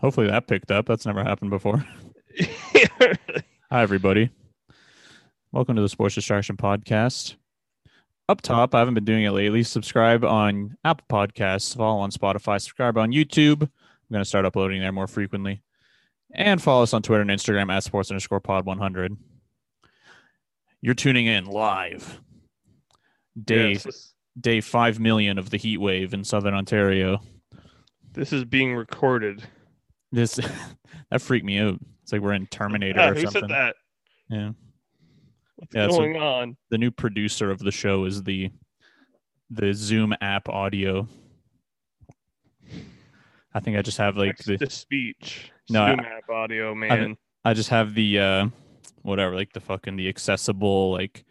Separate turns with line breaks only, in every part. Hopefully that picked up. That's never happened before. Hi, everybody. Welcome to the Sports Distraction Podcast. Up top, I haven't been doing it lately. Subscribe on Apple Podcasts, follow on Spotify, subscribe on YouTube. I'm going to start uploading there more frequently. And follow us on Twitter and Instagram at sports underscore pod 100. You're tuning in live. Day,
Yes, this,
day 5 million of the heat wave in southern Ontario.
this is being recorded.
This That freaked me out. It's like we're in Terminator
Ah,
or
who
something.
said that?
Yeah.
What's
Yeah, so-
going on?
the new producer of the show is the the Zoom app audio. I think I just have like
Text
the
to speech.
No, I-
Zoom app audio, man.
I just have the uh whatever like the fucking the accessible like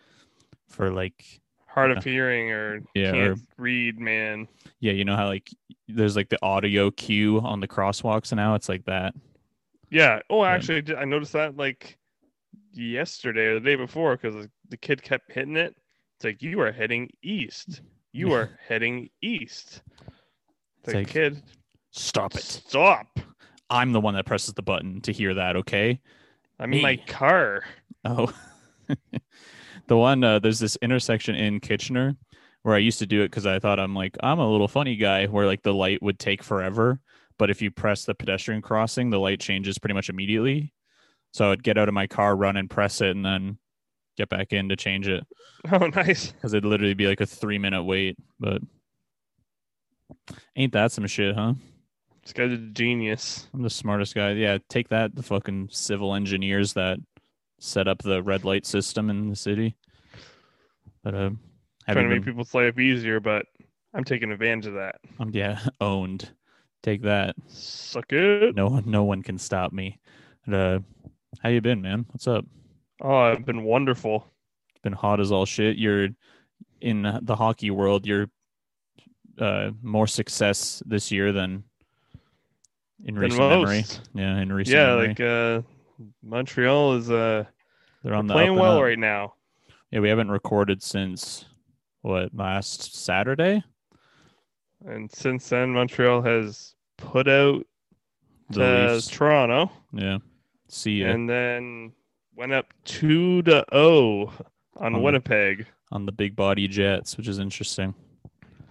for like
Hard of hearing or
Yeah,
can't read, man.
yeah you know how like there's like the audio cue on the crosswalks and now it's like that
Yeah. Oh,
Yeah.
actually, I did- I noticed that like yesterday or the day before because the kid kept hitting it. It's like you are heading east. You are heading east.
It's
The
like,
kid,
stop it
stop!
I'm the one that presses the button to hear that okay
I'm in my
Me.
car.
Oh, the one uh, there's this intersection in Kitchener where I used to do it because I thought I'm like I'm a little funny guy where like the light would take forever, but if you press the pedestrian crossing, the light changes pretty much immediately. So I'd get out of my car, run and press it, and then get back in to change it
Oh, nice.
because it'd literally be like a three minute wait. But ain't that some shit, huh?
This guy's a genius.
I'm the smartest guy. Yeah, take that, the fucking civil engineers that set up the red light system in the city. But uh, have
trying
you
to make
been-
people's life easier, but I'm taking advantage of that.
um, yeah, owned. Take that.
Suck it.
No, no one can stop me. But, uh, how you been, man? What's up?
Oh, I've been wonderful.
It's been hot as all shit. You're in the hockey world. You're uh, more success this year than in
Been
recent memory.
most.
Yeah, in recent
Yeah,
memory.
like uh, Montreal is uh
They're
they're
on the up
playing
and
well
up.
right now.
Yeah, we haven't recorded since what last Saturday.
And since then, Montreal has put out
The
uh,
Leafs.
Toronto
yeah. See ya
and then went up 2 to 0
the-
on Winnipeg.
on the big body Jets, which is interesting.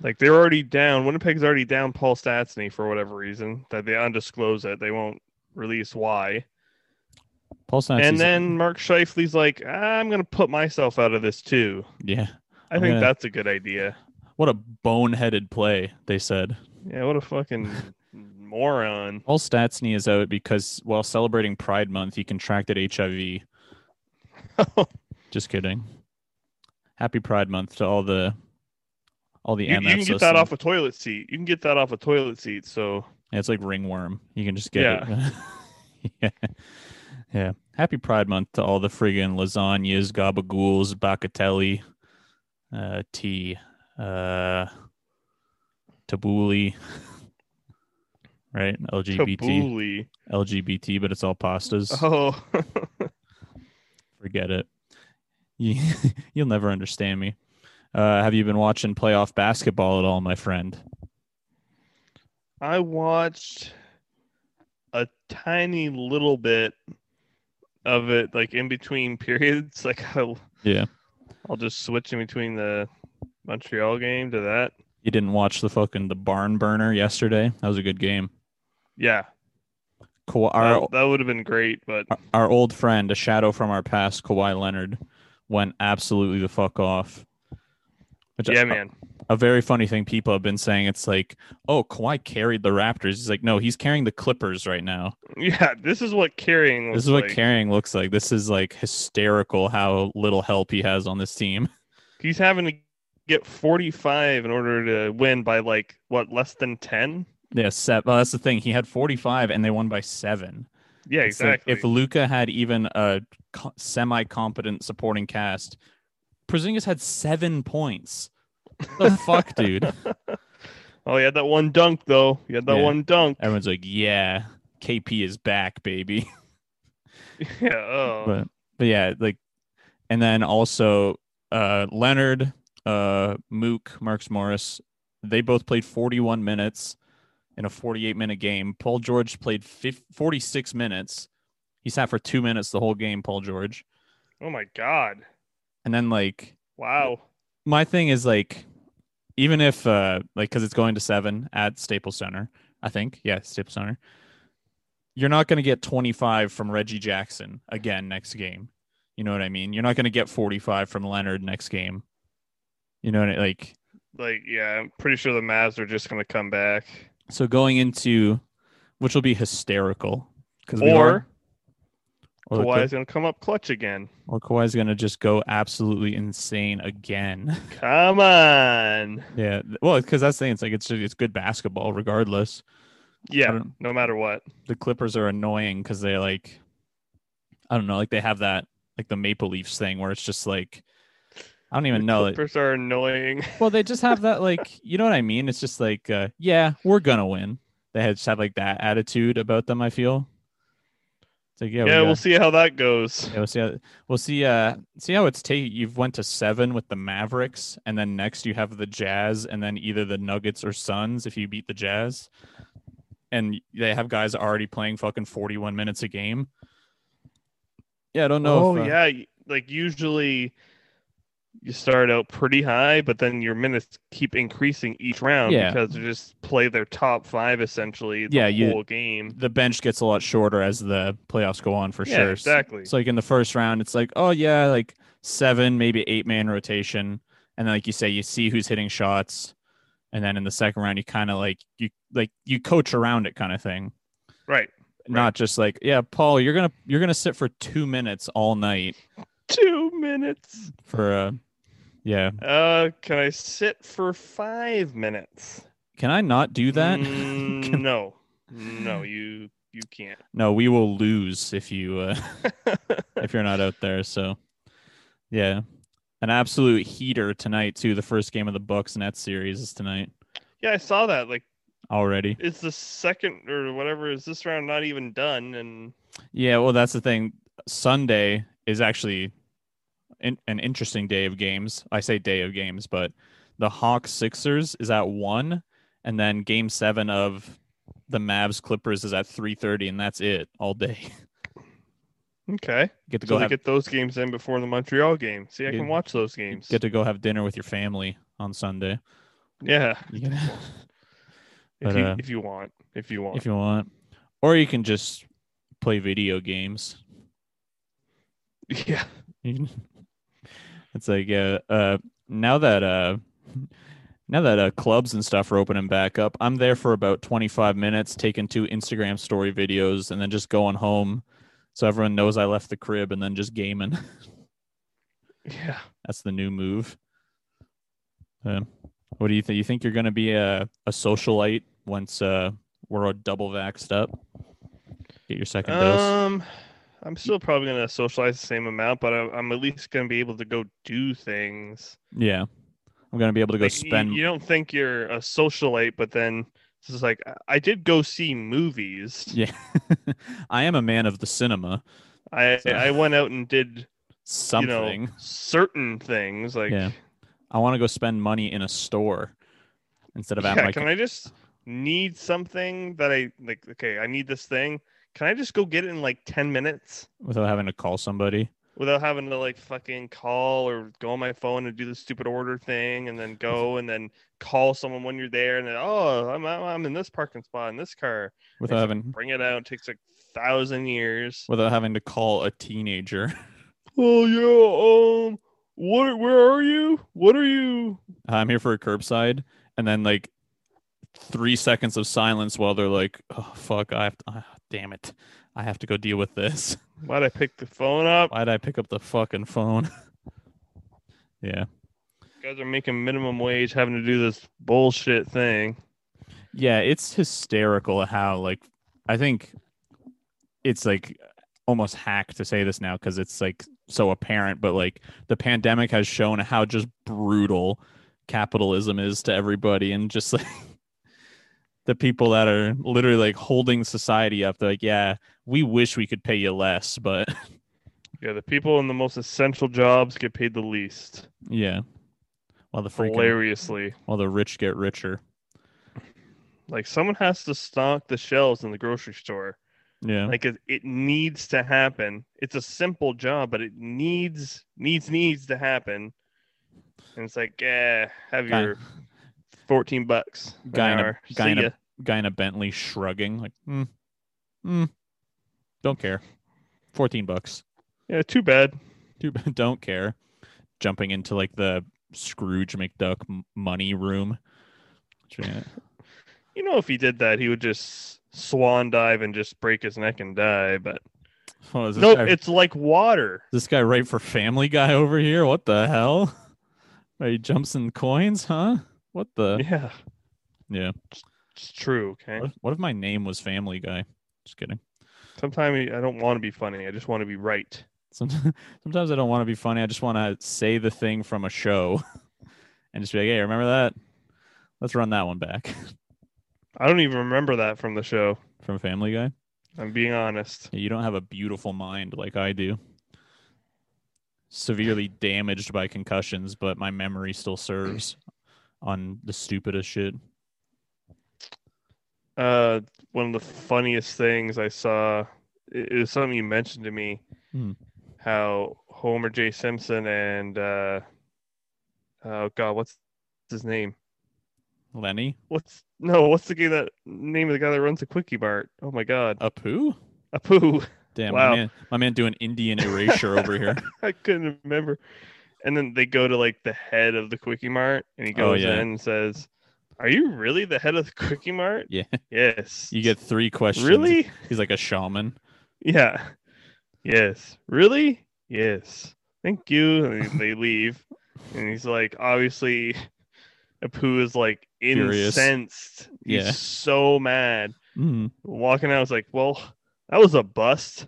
Like they're already down. Winnipeg's already down Paul Stastny for whatever reason that they undisclose it. They won't release why.
Paul Stastny's
and then Mark Scheifele's like, I'm gonna put myself out of this too.
yeah,
I
I'm
think
gonna-
that's a good idea.
what a boneheaded play they said.
Yeah, what a fucking moron.
Paul Stastny is out because while celebrating Pride Month, he contracted HIV. Just kidding. Happy Pride Month to all the all the
You, you
MFs.
can get
listening.
that off a toilet seat. You can get that off a toilet seat. So
Yeah, It's like ringworm. You can just get it. yeah. Yeah. Happy Pride Month to all the friggin' lasagnas, gabagools, bacatelli, uh, tea, uh, tabbouleh, right? LGBT,
Tabbouleh.
LGBT, but it's all pastas.
Oh,
Forget it. You, you'll never understand me. Uh, have you been watching playoff basketball at all, my friend?
I watched a tiny little bit of it, like in between periods. Like I'll,
Yeah.
I'll just switch in between the Montreal game to that.
You didn't watch the fucking the barn burner yesterday? That was a good game.
Yeah,
Ka- our,
that, that would have been great, but
our old friend, a shadow from our past, Kawhi Leonard, went absolutely the fuck off. Which
yeah,
a,
man.
A very funny thing people have been saying. It's like, oh, Kawhi carried the Raptors. He's like, no, he's carrying the Clippers right now.
Yeah, this is what carrying looks
This is what
Oh, like.
carrying looks like. This is like hysterical how little help he has on this team.
He's having to get 45 in order to win by like what less than 10?
Yeah, set. Well, that's the thing. He had 45 and they won by seven.
Yeah,
It's like,
exactly.
if Luca had even a co- semi competent supporting cast, Przingis had seven points. The fuck, dude.
oh, he had that one dunk though. He had that
Yeah.
one dunk.
everyone's like, yeah, KP is back, baby.
Yeah. Oh.
but but yeah, like, and then also uh, Leonard, uh, Mook, Marks Morris, they both played 41 minutes. in a 48 minute game. Paul George played 50, 46 minutes. He sat for two minutes the whole game, Paul George.
Oh my god!
And then, like,
Wow.
my thing is, like, even if, uh, like, because it's going to seven at Staples Center, I think. Yeah, Staples Center. You're not going to get 25 from Reggie Jackson again next game. You know what I mean? You're not going to get 45 from Leonard next game. You know what I like?
Like yeah, I'm pretty sure the Mavs are just gonna come back.
So going into, which will be hysterical, because we
Or-
are, or the
Kawhi's
Clip-
gonna come up clutch again.
or Kawhi's going to just go absolutely insane again.
Come on.
yeah, th- well, because that's the thing. It's like it's it's good basketball regardless. I
Yeah.
don't-
No matter what.
The Clippers are annoying because they like, I don't know, like they have that like the Maple Leafs thing where it's just like, I don't even know. like-
Clippers are annoying.
Well, they just have that like you know what I mean. It's just like uh, yeah, we're gonna win. They had- just have like that attitude about them. I feel. It's like yeah,
yeah,
we
we'll
got-
see how that goes.
yeah, we'll see. How, we'll see. Uh, see how it's take. You've went to seven with the Mavericks, and then next you have the Jazz, and then either the Nuggets or Suns if you beat the Jazz, and they have guys already playing fucking forty-one minutes a game. Yeah, I don't know.
oh
if, uh,
yeah, y- like usually you start out pretty high, but then your minutes keep increasing each round
Yeah.
because they just play their top five essentially the
Yeah, you-
whole game.
The bench gets a lot shorter as the playoffs go on, for
yeah,
sure. So-
exactly.
So like in the first round, it's like, oh yeah, like seven, maybe eight man rotation. And then like you say, you see who's hitting shots. And then in the second round, you kind of like you like you coach around it kind of thing.
right.
Not just like, yeah, Paul, you're gonna you're gonna sit for two minutes all night
Two minutes.
for uh yeah.
Uh, can I sit for five minutes?
Can I not do that?
Mm,
Can-
no, no, you you can't.
no, we will lose if you uh if you're not out there. So yeah. An absolute heater tonight too. The first game of the Bucks Nets series is tonight
yeah, I saw that. Like,
already.
it's the second or whatever. Is this round not even done? And
Yeah, well, that's the thing. Sunday is actually in, an interesting day of games. I say day of games, but the Hawks Sixers is at one, and then Game Seven of the Mavs Clippers is at three thirty, and that's it all day.
okay,
Get to
so
go
they
have, get,
get those games in before the Montreal game. See, I
Yeah.
can watch those games.
to go have dinner with your family on Sunday.
yeah,
You can-
if,
But,
you,
uh,
if you want, if you want.
if you want, or you can just play video games.
yeah,
You can- it's like uh, uh now that uh now that uh clubs and stuff are opening back up i'm there for about 25 minutes taking two instagram story videos and then just going home so everyone knows i left the crib and then just gaming
yeah.
that's the new move Uh, what do you think you think you're going to be a, a socialite once uh we're all double vaxxed up get your second dose
Um, I'm still probably gonna socialize the same amount, but I, I'm at least gonna be able to go do things.
yeah i'm going to be able to go
Like, y-
spend
You, don't think you're a socialite, but then it's just like I- I did go see movies.
Yeah. I am a man of the cinema.
I
So-
I went out and did
Something.
you know certain things like
Yeah. I want to go spend money in a store instead of at
yeah,
my
can I just need something that I like? Okay, I need this thing. Can I just go get it in like ten minutes
without having to call somebody.
without having to like fucking call or go on my phone and do the stupid order thing and then go and then call someone when you're there and then oh I'm I'm- I'm in this parking spot in this car
Without
It's-
having
bring it out it takes like thousand years.
without having to call a teenager.
Oh yeah, um, what? Where are you? What are you?
I'm here for a curbside and then like 3 seconds of silence while they're like, "Oh fuck, I have to, ah, damn it. I have to go deal with this."
Why'd I pick the phone up?
Why'd I pick up the fucking phone? yeah.
guys are making minimum wage having to do this bullshit thing.
Yeah, it's hysterical how like I think it's like almost hack to say this now because it's like so apparent, but like the pandemic has shown how just brutal capitalism is to everybody and just like the people that are literally like holding society up. They're like, yeah, we wish we could pay you less, but
Yeah, the people in the most essential jobs get paid the least.
yeah. While the freaking,
Hilariously.
while the rich get richer.
Like someone has to stock the shelves in the grocery store.
Yeah.
Like it, it needs to happen. It's a simple job, but it needs needs needs to happen. And it's like, eh, have
Guy-
your fourteen bucks. an
Guy in a-
hour.
guy
See
in a-
ya.
Guy in a Bentley shrugging, like, mm, mm, don't care. 14 bucks.
Yeah, too bad.
Too bad. Don't care. Jumping into like the Scrooge McDuck m- money room. Yeah.
You know, if he did that, he would just swan dive and just break his neck and die. But
Oh, is this,
nope,
guy,
it's like water.
this guy right for Family Guy over here? What the hell? Are you jumps in coins, huh? What the?
Yeah,
Yeah.
it's true. Okay.
What, what if my name was Family Guy? Just kidding.
Sometimes I don't want to be funny. I just want to be right.
Sometimes, sometimes I don't want to be funny. I just want to say the thing from a show and just be like, hey, remember that? Let's run that one back
I don't even remember that from the show.
from Family Guy.
I'm being honest.
You don't have a beautiful mind like I do. Severely damaged by concussions, but my memory still serves on the stupidest shit.
Uh, one of the funniest things I saw i- is something you mentioned to me.
Hmm.
How Homer J. Simpson and uh, oh god, what's his name?
Lenny?
What's no? What's the guy that name of the guy that runs the Quickie Mart? Oh my god,
Up who?
Apu.
Damn,
Wow.
my, man, my man doing Indian erasure over here.
I couldn't remember. And then they go to like the head of the Quickie Mart, and he
Oh,
goes
yeah.
in and says, "Are you really the head of the Quickie Mart?"
Yeah.
Yes.
You get three questions.
really?
He's like a shaman.
Yeah. Yes. Really? Yes. Thank you. And they- they leave, and he's like, obviously, Apu is like
Furious.
incensed.
Yeah.
He's so mad.
Mm.
Walking out, I was like, well, that was a bust.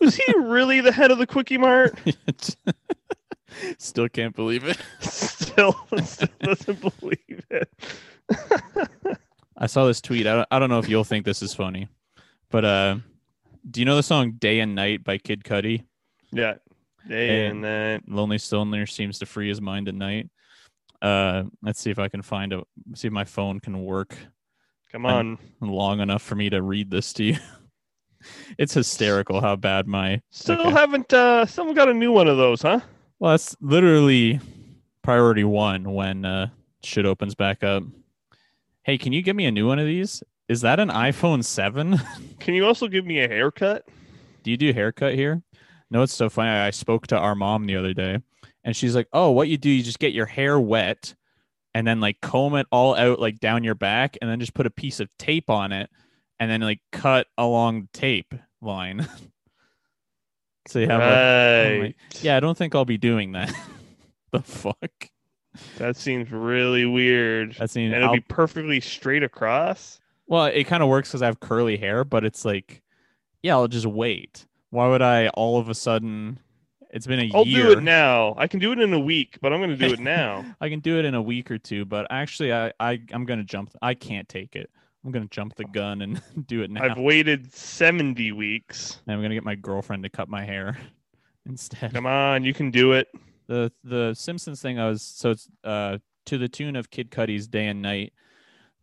Was he really the head of the Quickie Mart?
Still can't believe it.
still, still doesn't believe it.
I saw this tweet. I don't, I don't know if you'll think this is funny, but uh, do you know the song "Day and Night" by Kid Cudi?
yeah. Day
And-
and then
Lonely Stoner seems to free his mind at night. Uh, let's see if I can find a see if my phone can work
come
I'm-
on.
long enough for me to read this to you. it's hysterical how bad my
Still
okay.
haven't uh someone got a new one of those, huh?
well, that's literally priority one when uh, shit opens back up. Hey, can you get me a new one of these? Is that an iPhone seven?
Can you also give me a haircut?
do you do haircut here? No, it's so funny. I spoke to our mom the other day and she's like, Oh, what you do, you just get your hair wet and then like comb it all out like down your back and then just put a piece of tape on it and then like cut along the tape line. so you have like,
right.
my- Yeah, I don't think I'll be doing that. the fuck?
That seems really weird.
That seems
and it'll be perfectly straight across.
Well, it kind of works because I have curly hair, but it's like, yeah, I'll just wait. Why would I all of a sudden? It's been a
I'll
year.
do it now. I can do it in a week, but I'm gonna do it now.
I can do it in a week or two, but actually, I, I I'm gonna jump. I can't take it. I'm gonna jump the gun and do it now.
I've waited 70 weeks.
And I'm gonna get my girlfriend to cut my hair instead.
Come on, you can do it.
the the Simpsons thing I was so it's uh to the tune of Kid Cudi's Day and Night.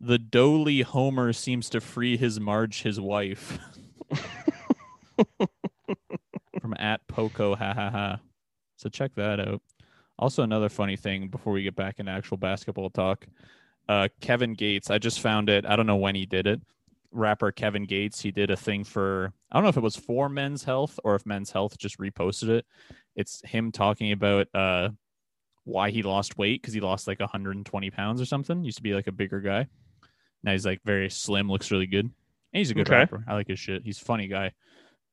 The doly Homer seems to free his Marge, his wife. From at Poco, ha ha ha. So check that out. Also, another funny thing before we get back into actual basketball talk. Uh, Kevin Gates, I just found it. I don't know when he did it. Rapper Kevin Gates, he did a thing for, I don't know if it was for Men's Health or if Men's Health just reposted it it's him talking about uh why he lost weight because he lost like 120 pounds or something. Used to be like a bigger guy. Now he's like very slim, looks really good. And he's a good
Okay.
rapper. I like his shit. He's a funny guy.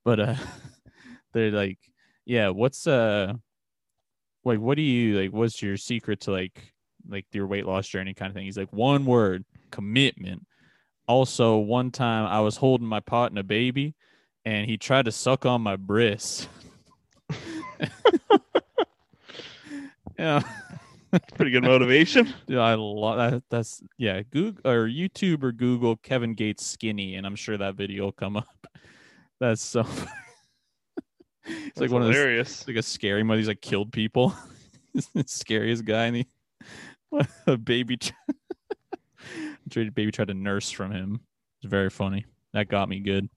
But uh they're like, yeah, what's uh like what do you like what's your secret to like like your weight loss journey kind of thing? He's like, one word, commitment. Also, one time I was holding my pot and a baby and he tried to suck on my breasts. yeah.
Pretty good motivation.
Dude, I love that. That's yeah. Google or YouTube or Google Kevin Gates skinny, and I'm sure that video will come up. That's so. it's like
That's
one of those.
hilarious.
It's like a scary movie. He's like killed people. He's the scariest guy, and he a baby. Ch- I'm Treated baby tried to nurse from him. It's very funny. That got me good.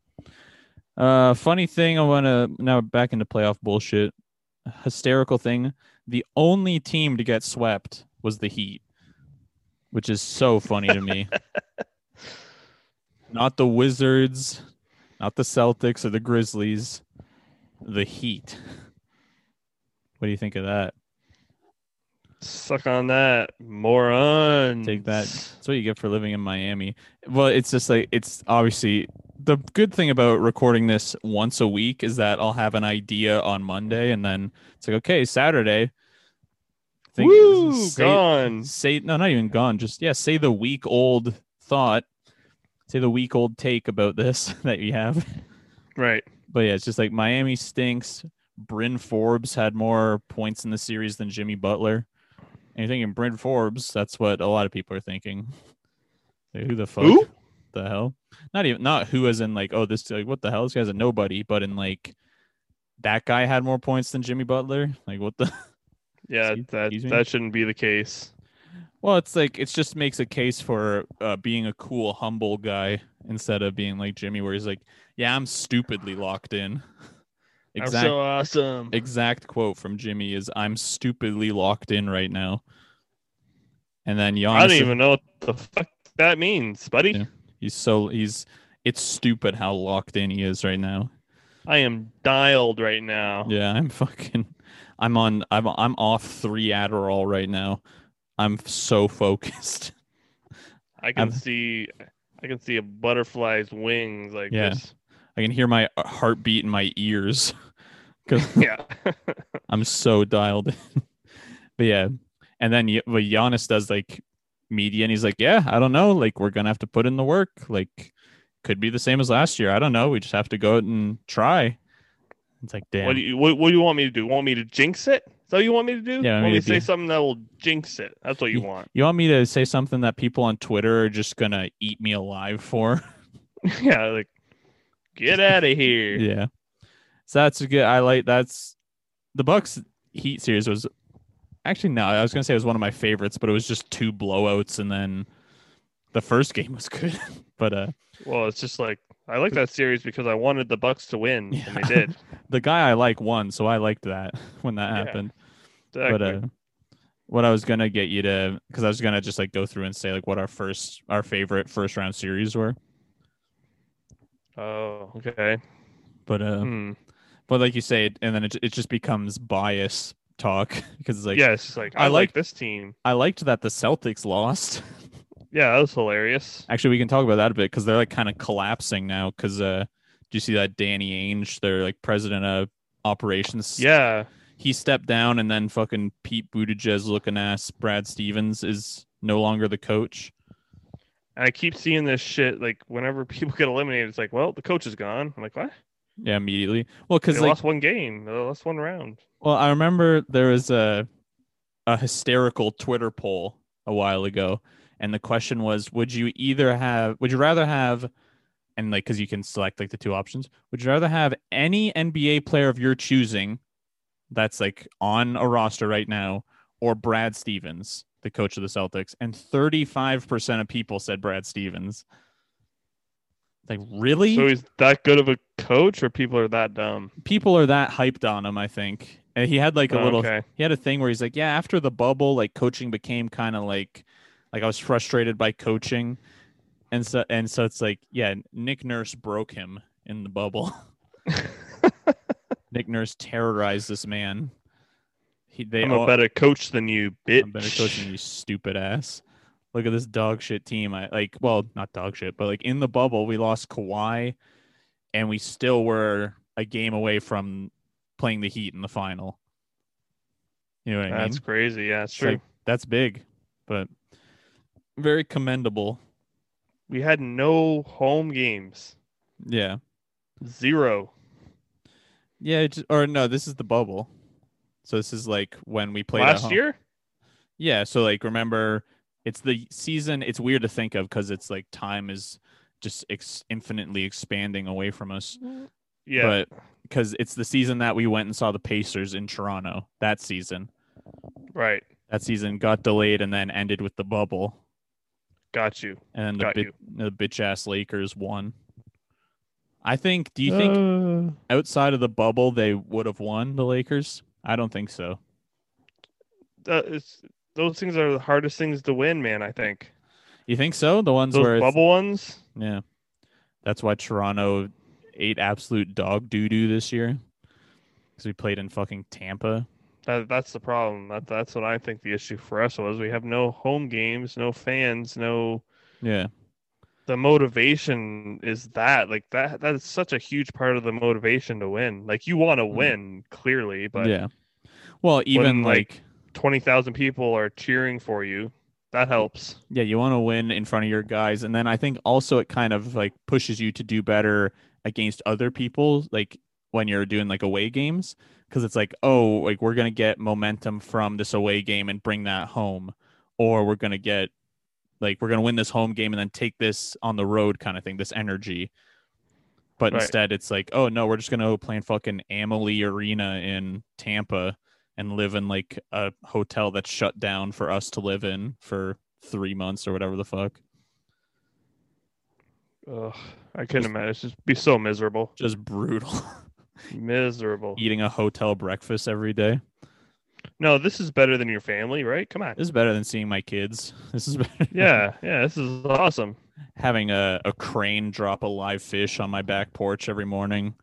Uh, funny thing. I want to now back into playoff bullshit. Hysterical thing. The only team to get swept was the Heat, which is so funny to me. Not the Wizards, not the Celtics or the Grizzlies, the Heat. What do you think of that?
Suck on that, moron.
Take that. That's what you get for living in Miami. Well, it's just like it's obviously the good thing about recording this once a week is that I'll have an idea on Monday, and then it's like okay, Saturday.
Woo,
say,
gone.
Say no, not even gone. Just yeah, say the week old thought. Say the week old take about this that you have.
Right.
But yeah, it's just like Miami stinks. Bryn Forbes had more points in the series than Jimmy Butler. And you're thinking Bryn Forbes, that's what a lot of people are thinking. Like, who the fuck?
Who?
The hell? Not even not who as in like, oh, this like what the hell? This guy's a nobody, but in like that guy had more points than Jimmy Butler. Like what the
Yeah,
Excuse-
that
excuse me?
that shouldn't be the case.
Well, it's like it's just makes a case for uh, being a cool, humble guy instead of being like Jimmy, where he's like, "Yeah, I'm stupidly locked in."
I'm
Exact
so awesome.
exact quote from Jimmy is, "I'm stupidly locked in right now." And then Giannis,
I don't even know what the fuck that means, buddy.
Yeah. he's so he's it's stupid how locked in he is right now.
I am dialed right now.
Yeah, I'm fucking, I'm on, I'm I'm off three Adderall right now. I'm so focused.
I can
I'm-
see I can see a butterfly's wings like
Yeah.
this.
I can hear my heartbeat in my ears because
Yeah.
I'm so dialed in. but yeah. And then Y- but Giannis does like media and he's like, yeah, I don't know. Like, we're going to have to put in the work. Like, could be the same as last year. I don't know. We just have to go out and try. It's like, damn.
What do you what, what do you want me to do? Want me to jinx it? Is that what you want me to do?
Yeah, I
want
mean,
me to
if
say
you-
something that will jinx it. That's what you want.
you want me to say something that people on Twitter are just going to eat me alive for?
yeah, like get out of here.
Yeah. So that's a good I like that's the Bucks Heat series was actually no, I was gonna say it was one of my favorites, but it was just two blowouts and then the first game was good. but uh
Well, it's just like I like that series because I wanted the Bucks to win, and they
Yeah.
did.
the guy I like won, so I liked that when that
Yeah,
happened.
Exactly.
But uh what I was gonna get you to because I was gonna just like go through and say like what our first our favorite first round series were.
oh, okay.
But uh
Hmm.
but like you say it, and then it, it just becomes bias talk because it's like
yeah, it's just like I,
I
like
like-
this team.
I liked that the Celtics lost.
Yeah, that was hilarious.
Actually, we can talk about that a bit because they're like kind of collapsing now. Because uh, do you see that Danny Ainge, their like president of operations?
Yeah,
he stepped down, and then fucking Pete Buttigieg looking ass Brad Stevens is no longer the coach.
and I keep seeing this shit. Like whenever people get eliminated, it's like, well, the coach is gone. I'm like, what?
Yeah, immediately. Well,
They
because like,
lost one game. They lost one round.
well, I remember there was a a hysterical Twitter poll a while ago, and the question was, would you either have, would you rather have and like because you can select like the two options. Would you rather have any NBA player of your choosing that's like on a roster right now, or Brad Stevens, the coach of the Celtics? And thirty five percent of people said Brad Stevens. Like really,
So he's that good of a coach, or people are that dumb.
people are that hyped on him. I think and he had like a
Oh,
little
okay.
he had a thing where he's like, yeah, after the bubble, like coaching became kind of like, like I was frustrated by coaching, and so and so it's like, yeah, Nick Nurse broke him in the bubble. Nick Nurse terrorized this man. He, they
I'm
all,
a better coach than you, bitch.
I'm better coach than you, stupid ass. Look at this dog shit team. I like, well, not dog shit, but like in the bubble, we lost Kawhi, and we still were a game away from playing the Heat in the final. You know what I mean?
That's crazy. Yeah, it's
It's
true.
like, that's big, but very commendable.
we had no home games.
Yeah.
Zero.
Yeah. It just, or no, this is the bubble. So this is like when we played at
Last
home.
year?
Yeah. So like, remember, it's the season. It's weird to think of because it's like time is just ex- infinitely expanding away from us.
Yeah.
But because it's the season that we went and saw the Pacers in Toronto that season.
right.
That season got delayed and then ended with the bubble.
Got you.
and the,
Got
bit,
you.
the bitch ass Lakers won. I think. Do you think
Uh,
outside of the bubble they would have won the Lakers? I don't think so.
Uh, it's, those things are the hardest things to win, man. I think
You think so? The ones where
those
it's-
bubble ones.
yeah, that's why Toronto ate absolute dog doo doo this year because we played in fucking Tampa.
That, that's the problem. That, that's what I think the issue for us was. We have no home games, no fans, no.
Yeah,
The motivation is that like that. That is such a huge part of the motivation to win. Like you want to win clearly, but
Mm. yeah. Well, even
like,
like
twenty thousand people are cheering for you. That helps.
Yeah, you want to win in front of your guys. And then I think also it kind of like pushes you to do better against other people, like when you're doing like away games, because it's like, oh, like we're going to get momentum from this away game and bring that home. Or we're going to get like, we're going to win this home game and then take this on the road kind of thing, this energy. But
Right.
instead it's like, oh, no, we're just going to go play in fucking Amalie Arena in Tampa and live in like a hotel that's shut down for us to live in for three months or whatever the fuck.
Ugh, I couldn't
Just-
imagine. It's just be so miserable.
Just brutal.
Miserable.
Eating a hotel breakfast every day.
No, this is better than your family, right? Come on.
This is better than seeing my kids. This is better. than
Yeah, yeah, this is awesome.
Having a, a crane drop a live fish on my back porch every morning.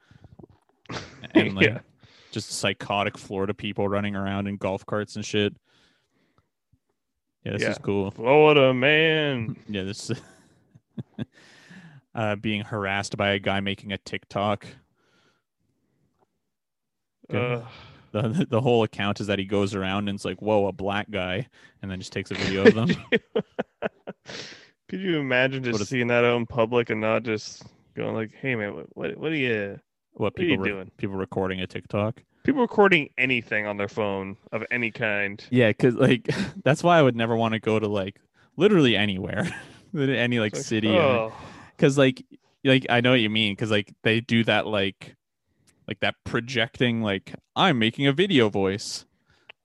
And like
Yeah.
just psychotic Florida people running around in golf carts and shit. Yeah, this
Yeah.
is cool.
Florida man.
Yeah, this uh being harassed by a guy making a TikTok.
Ugh.
the the whole account is that he goes around and it's like, whoa, a black guy, and then just takes a video of them.
Could you imagine
What
just
is-
seeing that out in public and not just going like, "Hey man, what what, what are you?"
what
What are you
people re-
doing?
people recording a TikTok?
People recording anything on their phone of any kind.
Yeah, because like that's why I would never want to go to like literally anywhere, any like
It's
city,
Oh,
because like like I know what you mean, because like they do that like like that projecting like I'm making a video voice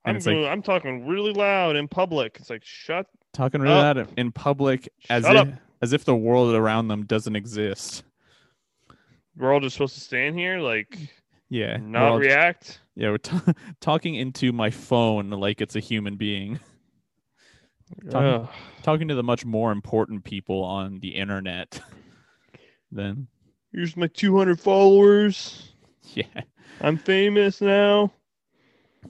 and
I'm
it's like-
doing- I'm talking really loud in public. It's like, shut
talking really
Up.
loud in public as
Shut
if as if the world around them doesn't exist.
we're all just supposed to stand here, like
Yeah, we're
not
all-
react.
Yeah, we're t- talking into my phone like it's a human being. Talking-
Ugh.
Talking to the much more important people on the internet. then,
Here's my 200 followers.
yeah,
I'm famous now.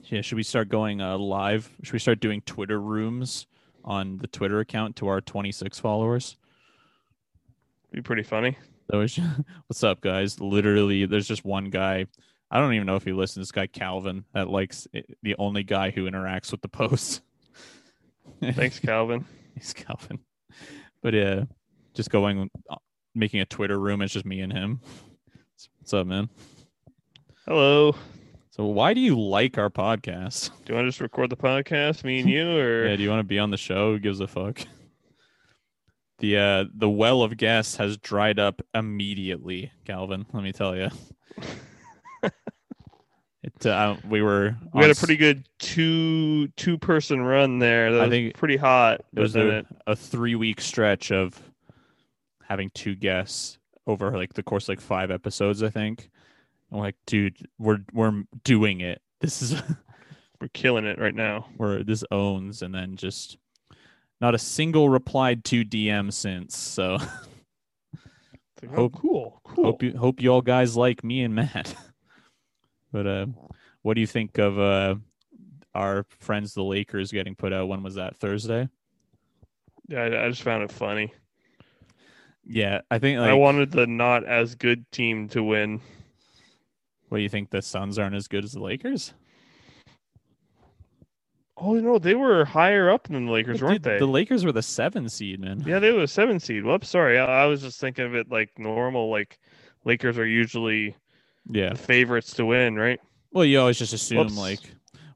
yeah. Should we start going uh, live? Should we start doing Twitter rooms on the Twitter account to our 26 followers?
Be pretty funny.
That was what's up, guys. Literally, there's just one guy. I don't even know if he listens. This guy Calvin that likes eh, the only guy who interacts with the posts.
Thanks, Calvin.
He's Calvin. But yeah, just going, uh, making a Twitter room. It's just me and him. What's up, man?
Hello.
So why do you like our podcast?
Do you want to just record the podcast, me and you, or
Yeah, do you want to be on the show? Who gives a fuck? The uh, the well of guests has dried up immediately, Calvin. Let me tell you. It uh, we were
we had
on
a
s-
pretty good two two person run there. That
I
was
think
pretty hot.
it was
but then
a, a three week stretch of having two guests over like the course of, like five episodes i think i'm like dude we're we're doing it this is
we're killing it right now.
where this owns and then just not a single replied to dm since so
It's like,
Hope-
oh, cool, cool.
hope you hope you all guys like me and matt but uh what do you think of uh our friends the lakers getting put out when was that thursday
yeah, I, I just found it funny.
yeah i think like
I wanted the not as good team to win.
what do you think the suns aren't as good as the lakers
Oh no, they were higher up than the Lakers,
Dude,
weren't they?
The Lakers were the seven seed, man.
Yeah, they were a seven seed. Whoops, sorry. I, I was just thinking of it like normal. Like Lakers are usually
Yeah.
the favorites to win, right?
Well, you always just assume
Whoops.
like,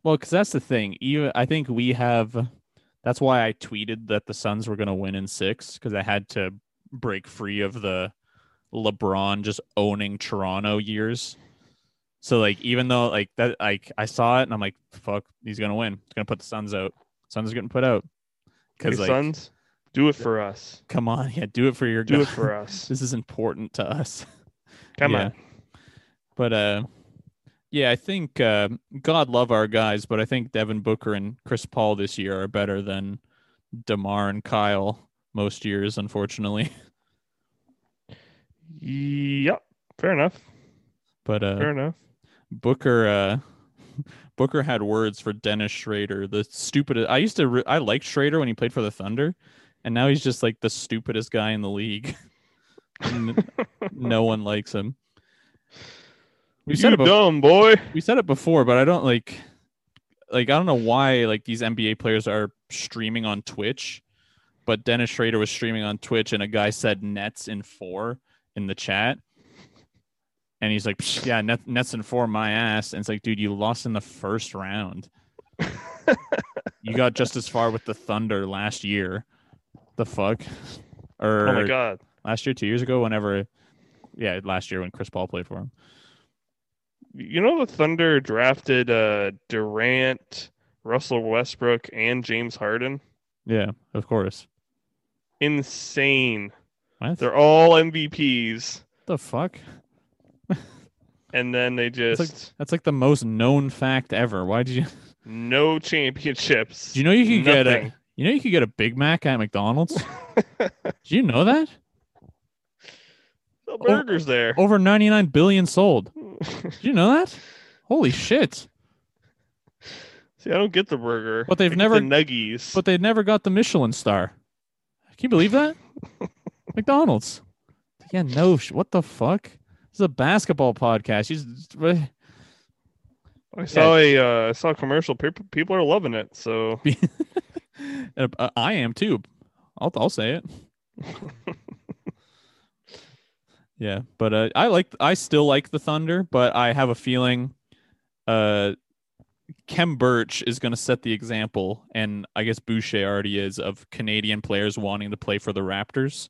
well, because that's the thing. Even I think we have. That's why I tweeted that the Suns were going to win in six because I had to break free of the LeBron just owning Toronto years. So like, even though like that, like I saw it and I'm like, fuck, he's going to win. He's going to put the Suns out. Suns are getting put out
Hey,
because like
Suns. Do it for us.
Come on, yeah, do it for your
Do
guy.
it for us.
this is important to us.
Come
Yeah.
on.
But uh, yeah, I think uh, God love our guys, but I think Devin Booker and Chris Paul this year are better than Demar and Kyle most years, unfortunately.
Yep. Fair enough.
But uh,
Fair enough.
Booker uh Booker had words for Dennis Schrader, the stupidest. I used to re- I liked Schrader when he played for the Thunder, and now he's just like the stupidest guy in the league. N- no one likes him. We said
you
it bef-
dumb boy.
we said it before, but I don't like like I don't know why like these NBA players are streaming on Twitch, but Dennis Schrader was streaming on Twitch and a guy said Nets in 4 in the chat. And he's like, "Psh, "Yeah, net, Nets in 4 my ass." And it's like, "Dude, you lost in the first round. you got just as far with the Thunder last year. The fuck?" Or
Oh my god.
last year, 2 years ago, whenever yeah, last year when Chris Paul played for him.
You know the Thunder drafted uh Durant, Russell Westbrook, and James Harden?
Yeah, of course.
Insane.
What?
They're all MVPs.
the fuck?
And then they
It's like-
just
That's like the most known fact ever. Why did you?
no championships.
Do you know you could get
Nothing.
a? You know you could get a Big Mac at McDonald's. Do you know that Oh,
The burgers there.
over 99 billion sold? Do you know that? Holy shit!
See, I don't get the burger.
But they've
I get
never-
the nuggies.
But they never got the Michelin star. Can you believe that? McDonald's. Yeah, no. Sh- what the fuck? This is a basketball podcast. You just-
I saw a uh, I saw a commercial. People people are loving it. So
Uh, uh, I am too. I'll I'll say it. yeah, but uh, I like I still like the Thunder, but I have a feeling, uh, Kem Birch is going to set the example, and I guess Boucher already is of Canadian players wanting to play for the Raptors.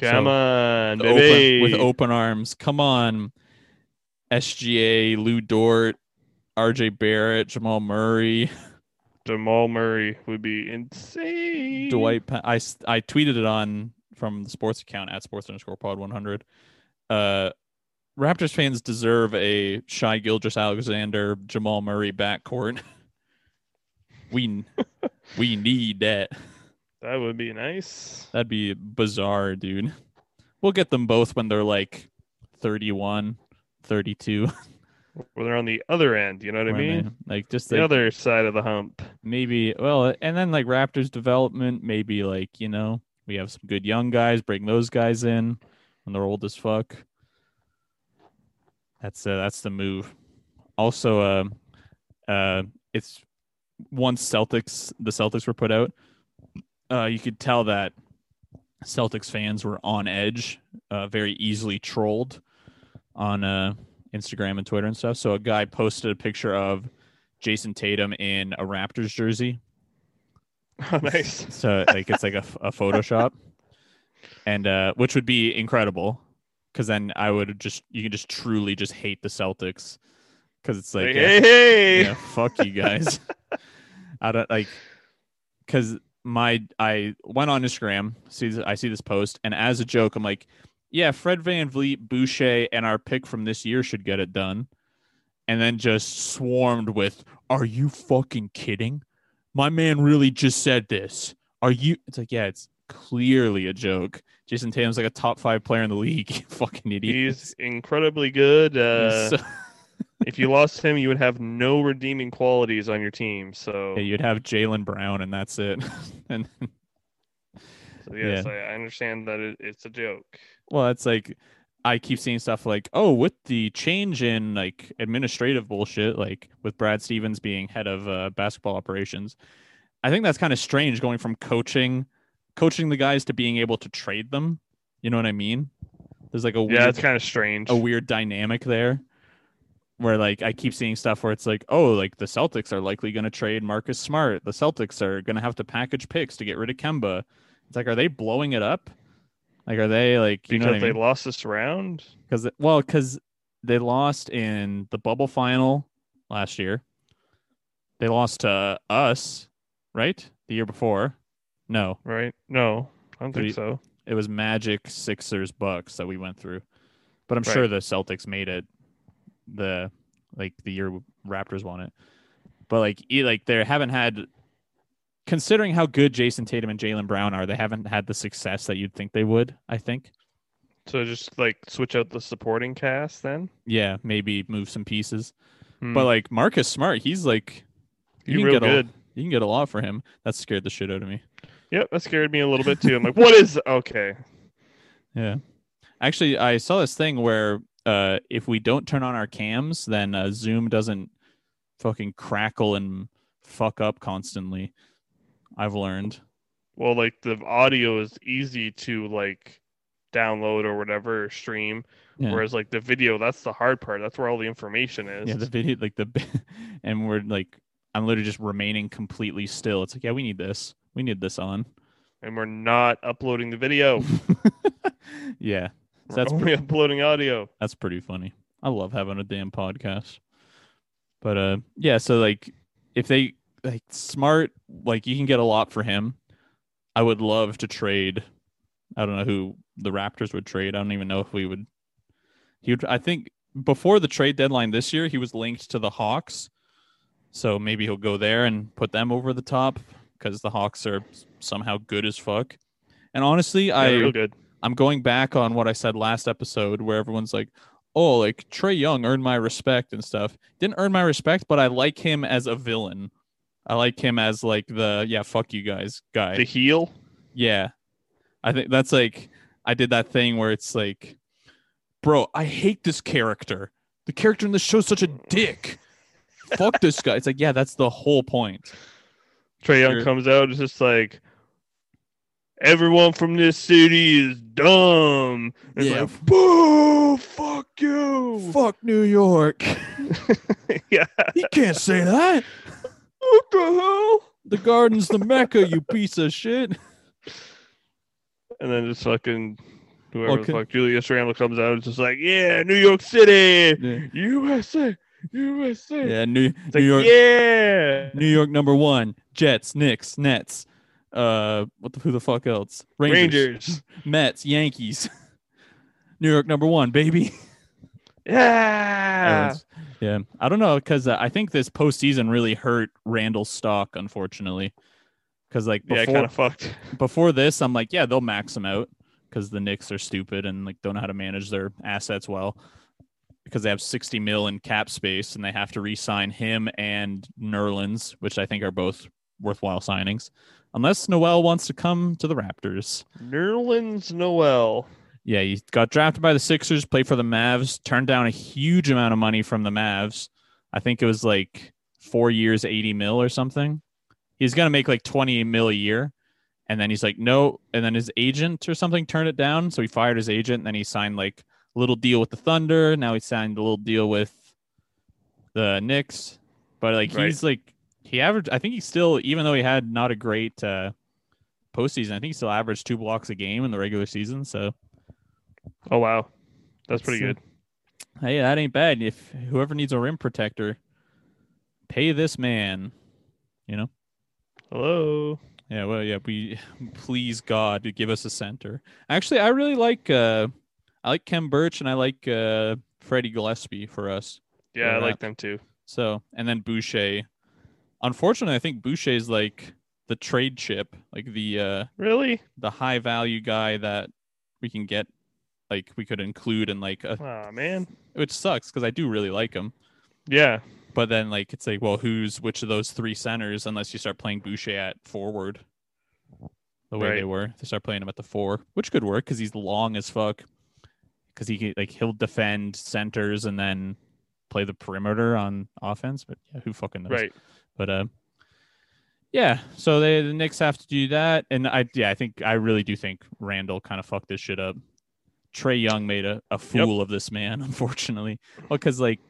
come
So,
on,
With open,
baby.
with open arms, come on, SGA, Lou Dort, R.J. Barrett, Jamal Murray.
Jamal Murray would be insane.
Dwight. Pa- I s- I tweeted it on from the sports account at sports underscore pod one hundred. Uh, Raptors fans deserve a shy Gildress Alexander Jamal Murray backcourt. we we need that.
That would be nice.
That'd be bizarre, dude. We'll get them both when they're like 31, 32.
Well, they're on the other end. You know what I
when
mean?
they- like just
The
like,
other side of the hump.
maybe well and then like raptors development maybe like you know we have some good young guys bring those guys in when they're old as fuck that's uh, that's the move also um uh it's once celtics the celtics were put out uh you could tell that celtics fans were on edge uh very easily trolled on uh instagram and twitter and stuff so a guy posted a picture of Jason Tatum in a Raptors jersey.
Oh, nice.
So like it's like a, a Photoshop, and uh, which would be incredible, because then I would just you can just truly just hate the Celtics, because it's like
Like,
uh,
hey, hey.
yeah, fuck you guys. I don't like because my I went on Instagram, see th- I see this post, and as a joke, I'm like, yeah, Fred Van Vliet, Boucher, and our pick from this year should get it done. And then just swarmed with, Are you fucking kidding? My man really just said this. Are you it's like, yeah, it's clearly a joke. Jason Tatum's like a top five player in the league. you fucking idiot.
He's incredibly good.
He's
Uh,
so-
if you lost him, you would have no redeeming qualities on your team. So,
yeah, you'd have Jalen Brown and that's it. and
so yes, I, I understand that it, it's a joke.
Well, it's like I keep seeing stuff like, oh, with the change in like administrative bullshit, like with Brad Stevens being head of uh, basketball operations, I think that's kind of strange going from coaching, coaching the guys to being able to trade them. You know what I mean? There's like a
Yeah,
weird,
it's kind of strange.
a weird dynamic there, where like I keep seeing stuff where it's like, oh, like the Celtics are likely going to trade Marcus Smart. The Celtics are going to have to package picks to get rid of Kemba. It's like, are they blowing it up? Like, are they like, you
because
know, what I
they
mean?
lost this round.
because well because they lost in the bubble final last year they lost to us right the year before No,
right? No, I don't
Three-
think so.
it was Magic, Sixers, Bucks that we went through. But I'm
Right.
sure the Celtics made it the like the year Raptors won it. But like e- like they haven't had considering how good Jason Tatum and Jalen Brown are, they haven't had the success that you'd think they would, I think.
So just like switch out the supporting cast then.
Yeah, maybe move some pieces.
Hmm.
But like Marcus Smart, he's like you
you
can
real
get a-
good.
you can get a lot for him. That scared the shit out of me.
Yep, that scared me a little bit too. I'm like, what is okay?
Yeah. Actually, I saw this thing where uh, if we don't turn on our cams, then uh, Zoom doesn't fucking crackle and fuck up constantly. I've learned.
Well, like the audio is easy to like download or whatever or stream,
Yeah.
whereas like the video, that's the hard part. That's where all the information is.
Yeah, the video, like the, and we're like, I'm literally just remaining completely still. It's like, yeah, we need this. We need this on.
and we're not uploading the video.
yeah,
We're
That's
only uploading audio.
that's pretty funny. I love having a damn podcast. But uh, yeah, so like, if they like smart, like you can get a lot for him. I would love to trade. I don't know who the Raptors would trade. I don't even know if we would. He would. I think before the trade deadline this year, he was linked to the Hawks. So maybe he'll go there and put them over the top because the Hawks are somehow good as fuck. And honestly,
Yeah,
I
real good.
I'm going back on what I said last episode where everyone's like, oh, like Trey Young earned my respect and stuff. Didn't earn my respect, but I like him as a villain. I like him as like the yeah, fuck you guys guy.
The heel.
Yeah. I think that's like I did that thing where it's like, bro, I hate this character. The character in this show's such a dick. fuck this guy. It's like, yeah, that's the whole point.
Trey Young
Sure.
comes out, it's just like everyone from this city is dumb. It's
Yeah.
like, boo, fuck you.
Fuck New York.
yeah.
You can't say that.
What the hell?
The garden's the mecca, you piece of shit.
And then just fucking whoever
Okay.
the fuck Julius Randle comes out, it's just like, yeah, New York City,
Yeah.
USA, USA.
Yeah, New
It's
New
like,
York,
yeah.
New York number one. Jets, Knicks, Nets. Uh, what the who the fuck else? Rangers,
Rangers.
Mets, Yankees. New York number one, baby.
Yeah.
Everyone's- yeah, I don't know because uh, I think this postseason really hurt Randall's stock, unfortunately. Because like
Yeah,
before
kind of fucked.
before this, I'm like, yeah, they'll max him out because the Knicks are stupid and like don't know how to manage their assets well because they have 60 mil in cap space and they have to re-sign him and Nerlens, which I think are both worthwhile signings, unless Noel wants to come to the Raptors.
Nerlens Noel.
Yeah, he got drafted by the Sixers, played for the Mavs, turned down a huge amount of money from the Mavs. I think it was like four years, 80 mil or something. He's going to make like 20 mil a year. And then he's like, no. And then his agent or something turned it down. So he fired his agent. And then he signed like a little deal with the Thunder. Now he signed a little deal with the Knicks. But like,
Right.
he's like, he averaged, I think he still, even though he had not a great uh, postseason, I think he still averaged two blocks a game in the regular season. So
Oh, wow. That's pretty
That's,
good.
uh, Hey, that ain't bad. If whoever needs a rim protector, pay this man. You know?
Hello.
Yeah, well, yeah, we please God to give us a center. Actually, I really like uh I like Kem Birch and I like uh Freddie Gillespie for us.
Yeah,
Yeah.
I like them too.
So and then Boucher. Unfortunately, I think Boucher is like the trade chip, like the uh
Really?
the high value guy that we can get like we could include in like a
Aw, man.
which sucks because I do really like him.
Yeah.
But then like it's like, well, who's which of those three centers unless you start playing Boucher at forward. The way they
Right.
were. They start playing him at the four, which could work because he's long as fuck. Cause he can, like he'll defend centers and then play the perimeter on offense. But yeah, who fucking knows?
Right.
But uh yeah, so they the Knicks have to do that. And I yeah, I think I really do think Randall kind of fucked this shit up. Trey Young made a, a fool of this man, unfortunately. Well, because like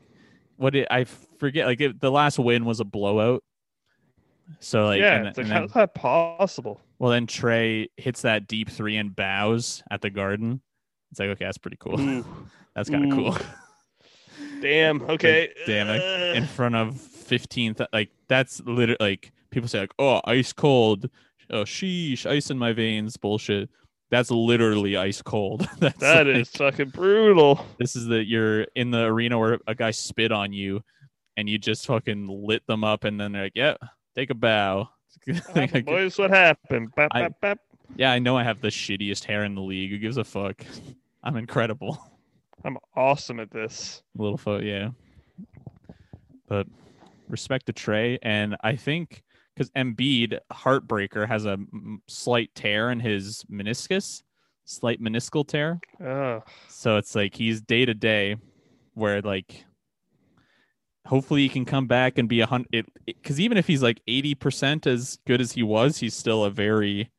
what it, I forget like it, the last win was a blowout. So like
yeah.
and,
it's like,
and
how's
then,
that possible?
well then Trey hits that deep three and bows at the garden. It's like okay, that's pretty cool.
Ooh.
that's kind
Ooh.
of cool.
Damn. Okay.
Damn, I-
Ugh.
in front of 15 like that's literally like people say like oh ice cold oh sheesh, ice in my veins, bullshit. That's literally ice cold. That's
That
like-
is fucking brutal.
This is that you're in the arena where a guy spit on you, and you just fucking lit them up, and then they're like, "Yep, take a bow." Like,
Alpha boys, what happened? Bap,
I-
bap, bap.
yeah, I know I have the shittiest hair in the league. Who gives a fuck? I'm incredible.
I'm awesome at this.
A little foot, yeah. But respect to Trey, and I think because Embiid heartbreaker has a m- slight tear in his meniscus, slight meniscal tear.
Ugh.
So it's like he's day to day, where like hopefully he can come back and be a hundred. Because even if he's like eighty percent as good as he was, he's still a very.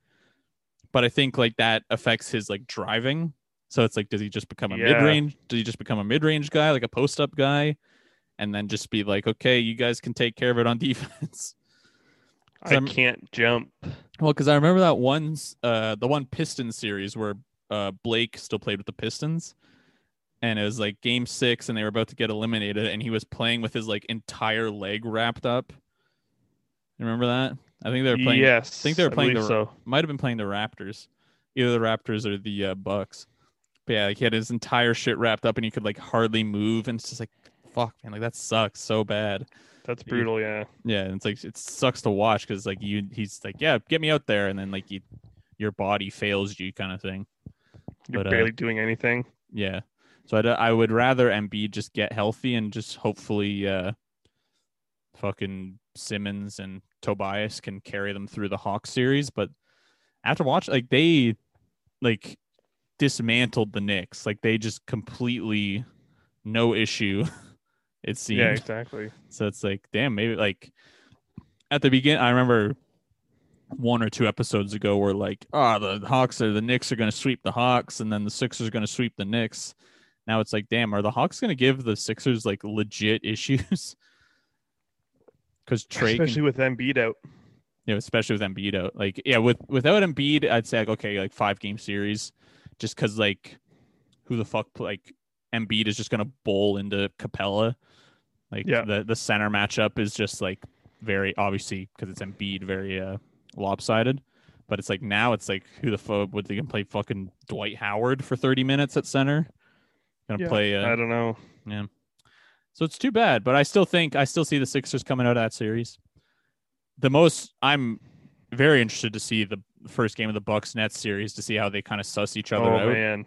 But I think like that affects his like driving. So it's like, does he just become a
Yeah.
mid range? Does he just become a mid range guy, like a post up guy, and then just be like, okay, you guys can take care of it on defense.
I
I'm-
can't jump.
Well, because I remember that one, s- uh, the one Pistons series where uh, Blake still played with the Pistons, and it was like Game Six, and they were about to get eliminated, and he was playing with his like entire leg wrapped up. You remember that? I think they were playing.
yes.
think they were playing
believe
the-
so.
Might have been playing the Raptors, either the Raptors or the uh, Bucks. But yeah, like, he had his entire shit wrapped up, and he could like hardly move, and it's just like, fuck, man, like that sucks so bad.
That's
you-
brutal, yeah.
Yeah, and it's like it sucks to watch because like you, he's like, yeah, get me out there, and then like you, your body fails you, kind of thing.
You're
But, uh,
barely doing anything.
Yeah, so I'd, I would rather Embiid just get healthy and just hopefully, uh, fucking Simmons and Tobias can carry them through the Hawks series. But after watch, like they, like dismantled the Knicks, like they just completely, no issue. It seems.
Yeah, exactly.
So it's like, damn, maybe like at the beginning, I remember one or two episodes ago where like, ah, the Hawks or the Knicks are going to sweep the Hawks, and then the Sixers are going to sweep the Knicks. Now it's like, damn, are the Hawks going to give the Sixers like legit issues? Because Trey, can-
Especially with Embiid out.
you know, especially with Embiid out. Like, yeah, with without Embiid, I'd say like okay, like five game series, just because like who the fuck like Embiid is just gonna bowl into Capella. Like
Yeah.
the the center matchup is just like very obviously because it's Embiid very uh, lopsided. But it's like now it's like who the fuck would they gonna play fucking Dwight Howard for thirty minutes at center? Gonna
Yeah,
play uh,
I don't know.
so it's too bad, but I still think I still see the Sixers coming out of that series. The most I'm very interested to see the first game of the Bucks Nets series to see how they kind of suss each other
Oh
out.
man,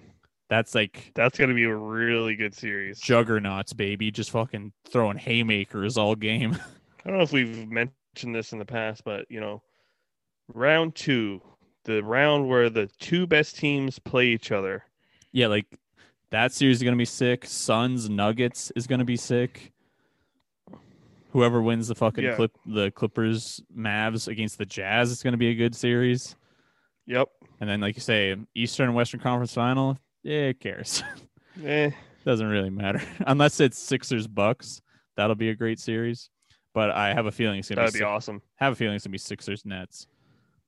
That's like
that's gonna be a really good series.
juggernauts, baby, just fucking throwing haymakers all game.
I don't know if we've mentioned this in the past, but you know, round two, the round where the two best teams play each other.
yeah, like that series is gonna be sick. Suns Nuggets is gonna be sick. Whoever wins the fucking
Yeah.
clip the Clippers Mavs against the Jazz is gonna be a good series.
Yep.
And then, like you say, Eastern and Western Conference Final, yeah, it cares.
Eh,
Doesn't really matter unless it's Sixers Bucks. That'll be a great series. But I have a feeling it's gonna
that'd
be,
be
Six-
awesome.
have a feeling it's gonna be Sixers Nets,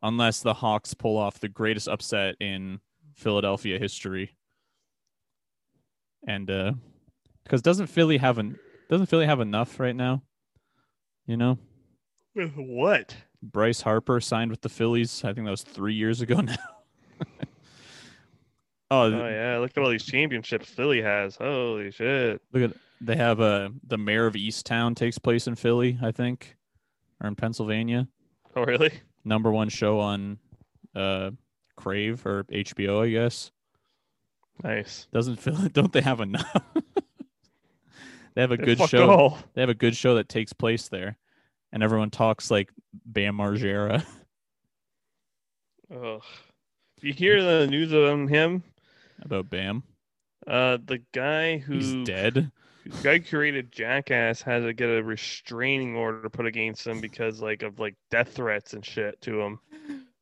unless the Hawks pull off the greatest upset in Philadelphia history. And uh because doesn't Philly have an doesn't Philly have enough right now? You know,
What?
Bryce Harper signed with the Phillies. I think that was three years ago now. oh,
Oh yeah, look at all these championships Philly has. Holy shit.
Look at they have uh, the mayor of Easttown takes place in Philly, I think, or in Pennsylvania.
Oh really?
Number one show on uh Crave or HBO, I guess.
Nice.
Doesn't Philly don't they have enough? they have a
Yeah,
good
fuck
show.
all.
They have a good show that takes place there, and everyone talks like Bam Margera.
Ugh. You hear the news on him?
About Bam,
Uh, the guy who
he's dead.
The guy who created Jackass had to get a restraining order put against him because like of like death threats and shit to him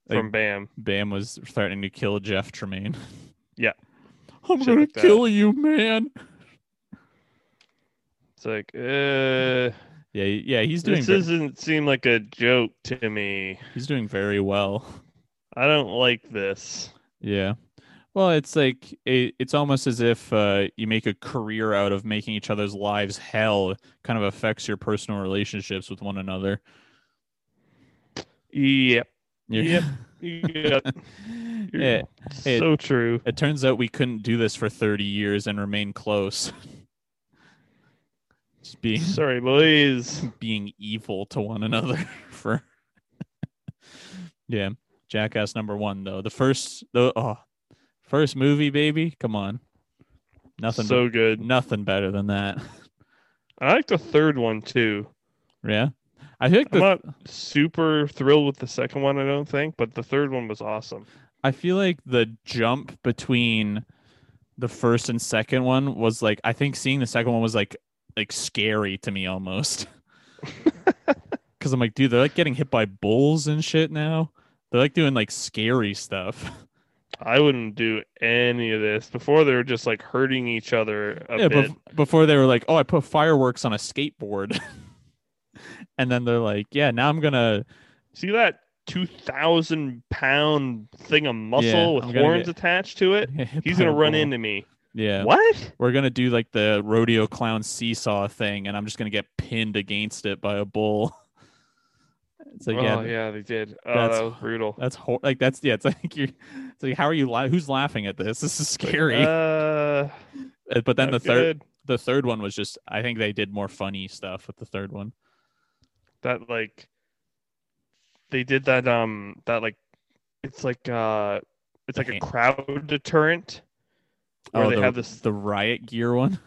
Like-
from Bam.
Bam was threatening to kill Jeff Tremaine.
Yeah.
I'm
Shit
gonna
like that.
kill you, man.
It's like, uh,
Yeah, yeah, he's doing
this
ve-
doesn't seem like a joke to me.
he's doing very well.
I don't like this.
Yeah. Well, it's like it, it's almost as if uh, you make a career out of making each other's lives hell. Kind of affects your personal relationships with one another.
Yep.
You're-
Yep. You got- you're
yeah. It-
so true.
It turns out we couldn't do this for 30 years and remain close. Just being
Sorry, boys.
being evil to one another for Yeah. Jackass number 1 though. The first the oh, first movie baby. Come on. Nothing
so
be-
good.
nothing better than that.
I like the third one too.
yeah. I think
I'm
the,
not super thrilled with the second one, I don't think, but the third one was awesome.
I feel like the jump between the first and second one was like I think seeing the second one was like like scary to me almost. Cause I'm like, dude, they're like getting hit by bulls and shit now. They're like doing like scary stuff.
I wouldn't do any of this. Before they were just like hurting each other a
yeah,
bit.
bef- before they were like, oh, I put fireworks on a skateboard. and then they're like, yeah, now I'm gonna
See that two thousand pound thing of muscle
Yeah,
with
I'm gonna
horns
get-
attached to it?
get hit
He's
by
gonna
a
run
bull.
into me.
Yeah.
What?
We're gonna do like the rodeo clown seesaw thing and I'm just gonna get pinned against it by a bull. It's like, yeah,
oh yeah, they did. Oh,
that's-
that was brutal.
That's hor- like that's yeah. It's like you. It's like how are you? La- who's laughing at this? This is scary.
Uh,
Uh, but then the
not
third,
good.
the third one was just. I think they did more funny stuff with the third one.
that like they did that um that like it's like uh it's like
Okay.
a crowd deterrent where
oh,
they
the,
have this
the riot gear one.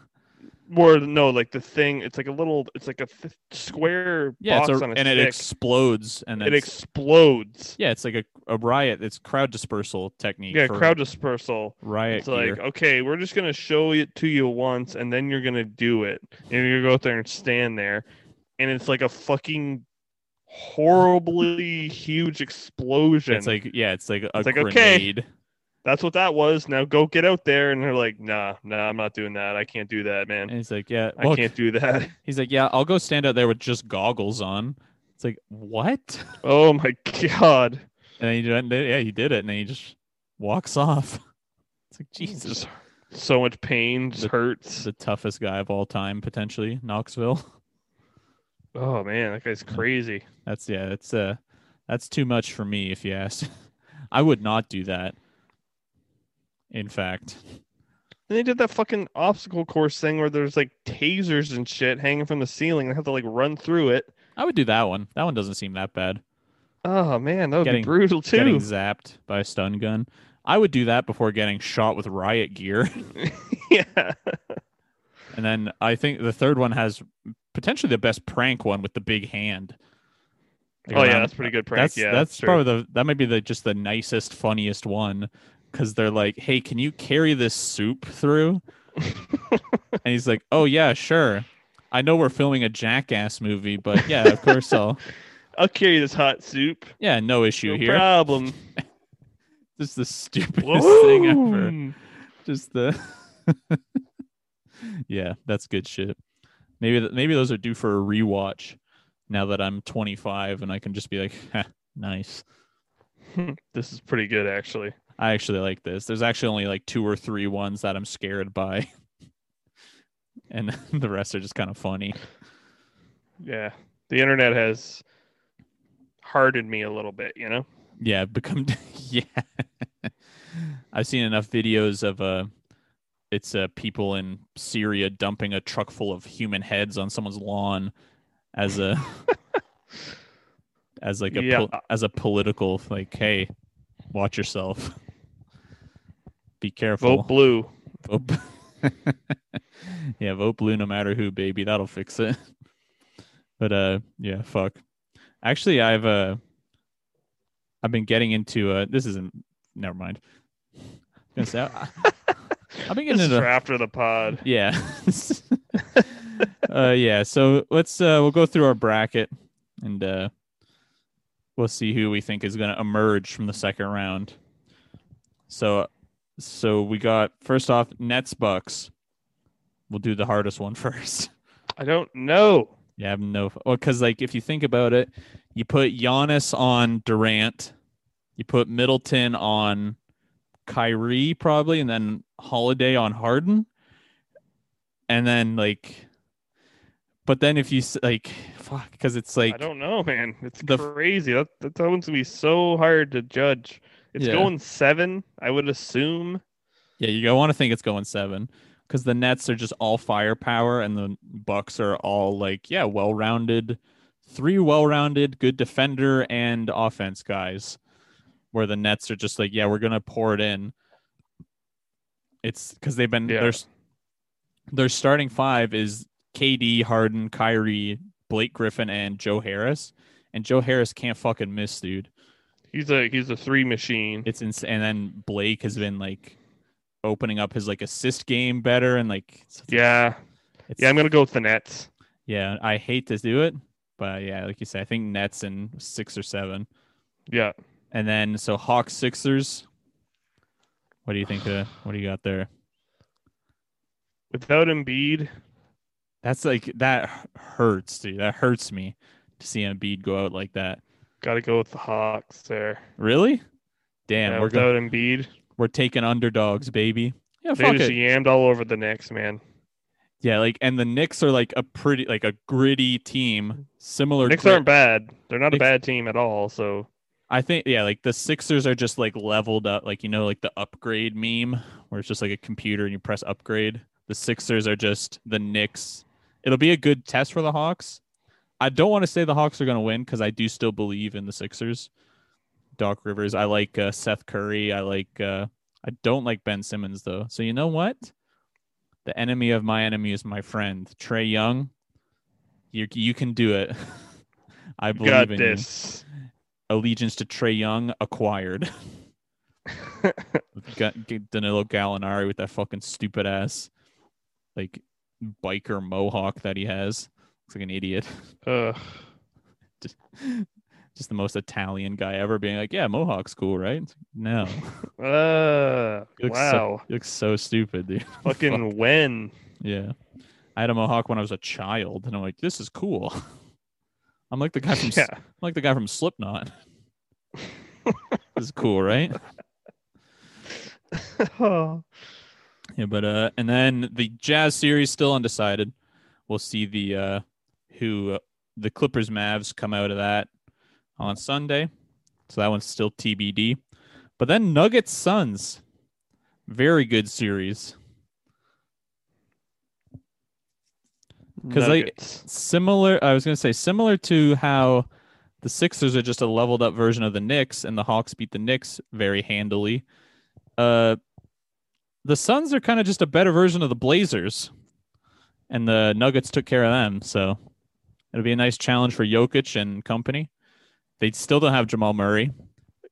Or no, like the thing. It's like a little. It's like a th- square
Yeah,
box
it's a,
on a
and
stick.
it explodes and
it
it's,
explodes.
yeah, it's like a, a riot. It's crowd dispersal technique.
Yeah,
for
crowd dispersal.
riot
It's like oh,
gear.
okay, we're just gonna show it to you once, and then you're gonna do it. And you're gonna go out there and stand there, and it's like a fucking horribly huge explosion.
It's like yeah, it's like a
It's like, okay.
grenade.
that's what that was. Now go get out there, and they're like, nah, nah, I'm not doing that. I can't do that, man.
And he's like yeah,
I
look.
can't do that.
He's like yeah, I'll go stand out there with just goggles on. It's like what?
Oh my god.
And then he did, yeah, he did it, and then he just walks off. It's like Jesus,
Just so much pain, just
The-
hurts.
the toughest guy of all time, potentially Knoxville.
Oh man, that guy's crazy.
That's yeah, that's uh, that's too much for me, if you ask. I would not do that. In fact,
And they did that fucking obstacle course thing where there's like tasers and shit hanging from the ceiling. They have to like run through it.
I would do that one. That one doesn't seem that bad.
Oh man, that would
Getting-
be brutal too.
Getting zapped by a stun gun. I would do that before getting shot with riot gear.
yeah. Oh,
And then I think the third one has potentially the best prank one with the big hand. Like
Oh yeah,
around-
that's pretty good prank.
that's
yeah,
that's
true.
probably the that might be the just the nicest funniest one because they're like hey can you carry this soup through and he's like oh yeah sure i know we're filming a jackass movie but yeah of course i'll
I'll carry this hot soup.
yeah no issue
No
here
problem.
this is the stupidest thing ever
Woo!
just the yeah that's good shit maybe th- maybe those are due for a rewatch now that i'm 25 and i can just be like "Heh, nice
this is pretty good actually.
I actually like this. There's actually only like two or three ones that I'm scared by. And the rest are just kind of funny.
Yeah. The internet has hardened me a little bit, you know?
Yeah, I've become yeah. I've seen enough videos of uh it's uh people in Syria dumping a truck full of human heads on someone's lawn as a as like a
Yeah.
pol- as a political like hey, watch yourself. Be careful.
Vote blue.
Vote. b- yeah, vote blue no matter who, baby. That'll fix it. But uh, yeah, fuck. Actually, I've uh, I've been getting into uh, this isn't. Never mind. I was gonna say, I, have been
This
getting
is for
into
after the pod.
yeah. uh, yeah. So let's uh, we'll go through our bracket and uh, we'll see who we think is gonna emerge from the second round. So, so we got first off Nets Bucks. We'll do the hardest one first.
I don't know.
Yeah, I have no. Well, because like if you think about it, you put Giannis on Durant, you put Middleton on Kyrie probably, and then Holiday on Harden, and then like, but then if you s- like fuck because it's like
I don't know, man. It's
the-
crazy. That that one's gonna be so hard to judge. It's
Yeah.
going seven, I would assume.
yeah you want to think it's going seven because the Nets are just all firepower and the Bucks are all like yeah well rounded three well rounded good defender and offense guys where the Nets are just like yeah we're gonna pour it in it's because they've been
Yeah.
there's their starting five is KD, Harden, Kyrie, Blake Griffin, and Joe Harris. And Joe Harris can't fucking miss, dude.
He's a he's a three machine.
It's insane. And then Blake has been like opening up his like assist game better and like it's-
yeah.
it's-
Yeah, I'm gonna go with the Nets.
yeah. I hate to do it, but yeah, like you said, I think Nets in six or seven,
Yeah.
and then so Hawks Sixers. What do you think? Uh, what do you got there?
Without Embiid,
That's like that hurts, dude. That hurts me to see Embiid go out like that.
gotta go with the Hawks there.
Really? Damn,
yeah,
we're go-
without Embiid.
we're taking underdogs, baby. Yeah,
They
fuck
just
it.
yammed all over the Knicks, man.
Yeah, like and the Knicks are like a pretty like a gritty team, similar.
Knicks
grit-
aren't bad. They're not a
Knicks-
bad team at all. So
I think yeah, like the Sixers are just like leveled up, like you know, like the upgrade meme where it's just like a computer and you press upgrade. The Sixers are just the Knicks. It'll be a good test for the Hawks. I don't want to say the Hawks are going to win because I do still believe in the Sixers. Doc Rivers. I like uh, Seth Curry. I like. Uh, I don't like Ben Simmons though. So you know what? The enemy of my enemy is my friend. Trey Young. You you can do it. I
you
believe
got
in you
this.
allegiance to Trey Young acquired. Ga- Ga- Danilo Gallinari with that fucking stupid ass like biker mohawk that he has. Looks like an idiot.
Ugh.
Just, just the most Italian guy ever being like, yeah, mohawk's cool, right? It's like, No.
Uh,
It looks so-
wow.
You look so stupid, dude.
Fucking when?
Yeah. I had a mohawk when I was a child and I'm like, this is cool. I'm like the guy from S-
Yeah.
I'm like the guy from Slipknot. this is cool, right? Oh. Yeah, but uh, and then the Jazz series still undecided. We'll see the uh, who uh, the Clippers Mavs come out of that on Sunday, so that one's still TBD. But then Nuggets Suns, very good series.
Because
like- Similar, I was gonna say similar to how the Sixers are just a leveled up version of the Knicks, and the Hawks beat the Knicks very handily. Uh, the Suns are kind of just a better version of the Blazers, and the Nuggets took care of them. So it'll be a nice challenge for Jokic and company. They still don't have Jamal Murray.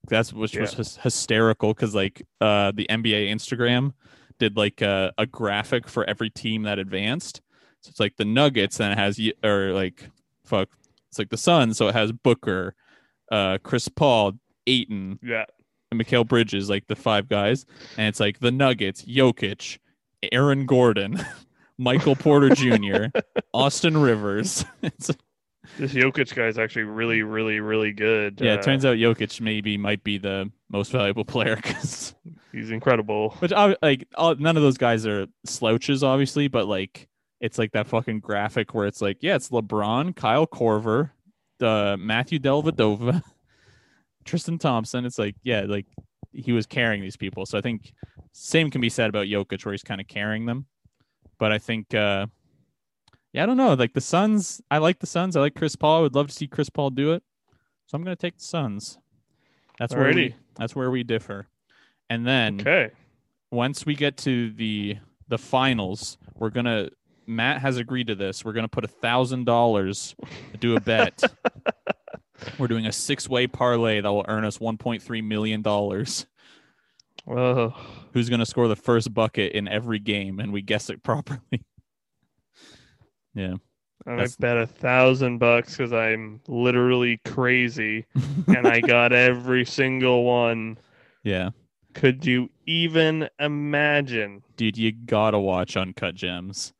That's which was hys- hysterical because like uh, the NBA Instagram did like uh, a graphic for every team that advanced. So it's like the Nuggets, and it has y- or like fuck, it's like the Suns, so it has Booker, uh, Chris Paul, Aiton,
yeah,
and Mikhail Bridges, like the five guys, and it's like the Nuggets, Jokic, Aaron Gordon, Michael Porter Jr., Austin Rivers. It's,
this Jokic guy is actually really, really, really good.
yeah,
Uh,
it turns out Jokic maybe might be the most valuable player because,
he's incredible.
which I, like all, none of those guys are slouches, obviously, but like it's like that fucking graphic where it's like, yeah, it's LeBron, Kyle Corver, uh, Matthew Delvedova, Tristan Thompson. It's like, yeah, like he was carrying these people. So I think same can be said about Jokic, where he's kind of carrying them. But I think, uh, yeah, I don't know. Like the Suns, I like the Suns. I like Chris Paul. I would love to see Chris Paul do it. So I'm going to take the Suns. That's where
Alrighty.
we, that's where we differ. And then
Okay.
once we get to the the finals, we're gonna Matt has agreed to this. We're gonna put a thousand dollars to do a bet. we're doing a six way parlay that will earn us one point three million dollars.
Well,
Who's gonna score the first bucket in every game and we guess it properly.
I'm gonna
That's-
bet a thousand bucks because I'm literally crazy, and I got every single one.
yeah.
Could you even imagine?
Dude, you gotta watch Uncut Gems.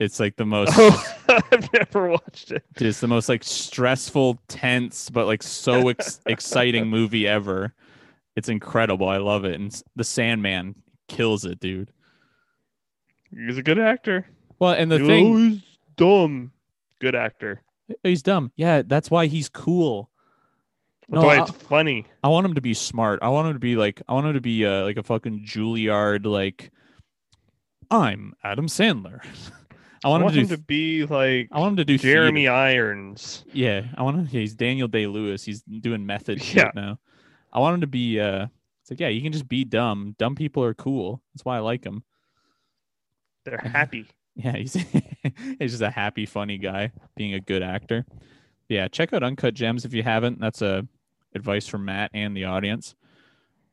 It's like the most
Oh, I've never watched it.
Dude, it's the most like stressful, tense, but like so ex- exciting movie ever. It's incredible. I love it. And s- the Sandman kills it, dude.
He's a good actor.
Well, and the
He was
thing,
always dumb. Good actor.
He's dumb. Yeah, that's why he's cool.
That's
No,
why
I-
it's funny.
I want him to be smart. I want him to be like I want him to be uh, like a fucking Juilliard like I'm Adam Sandler. I
I
want,
want,
him to
him
do
to be like
I want him to do
Jeremy Irons.
Yeah, I want him. Yeah, he's Daniel Day Lewis. He's doing method shit
Yeah.
now. I want him to be. uh It's like yeah, you can just be dumb. Dumb people are cool. That's why I like him.
They're happy.
Yeah, he's he's just a happy, funny guy, being a good actor. Yeah, check out Uncut Gems if you haven't. That's uh, advice from Matt and the audience.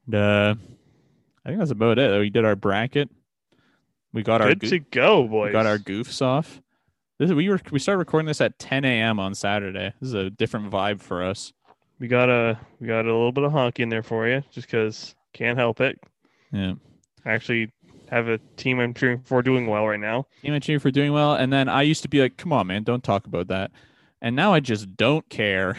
And, uh, I think that's about it. We did our bracket. We got our
Good
goo-
to go,
we
boys.
got our goofs off. This is, we were we started recording this at 10 a.m. on Saturday. This is a different vibe for us.
we got a we got a little bit of honk in there for you, just because can't help it.
Yeah.
I actually have a team I'm cheering for doing well right now.
Team at you for doing well. And then I used to be like, come on, man, don't talk about that. And now I just don't care.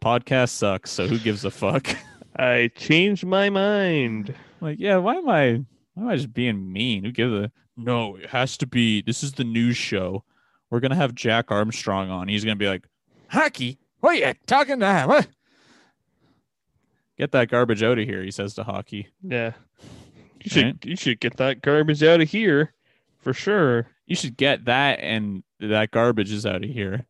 Podcast sucks, so who gives a fuck?
I changed my mind.
like, yeah, why am I why am I just being mean? Who gives a no, it has to be this is the news show. We're gonna have Jack Armstrong on. He's gonna be like, Hockey, what are you talking to him? What? Get that garbage out of here, he says to hockey.
Yeah, you should
Right.
you should get that garbage out of here, for sure.
You should get that and that garbage is out of here.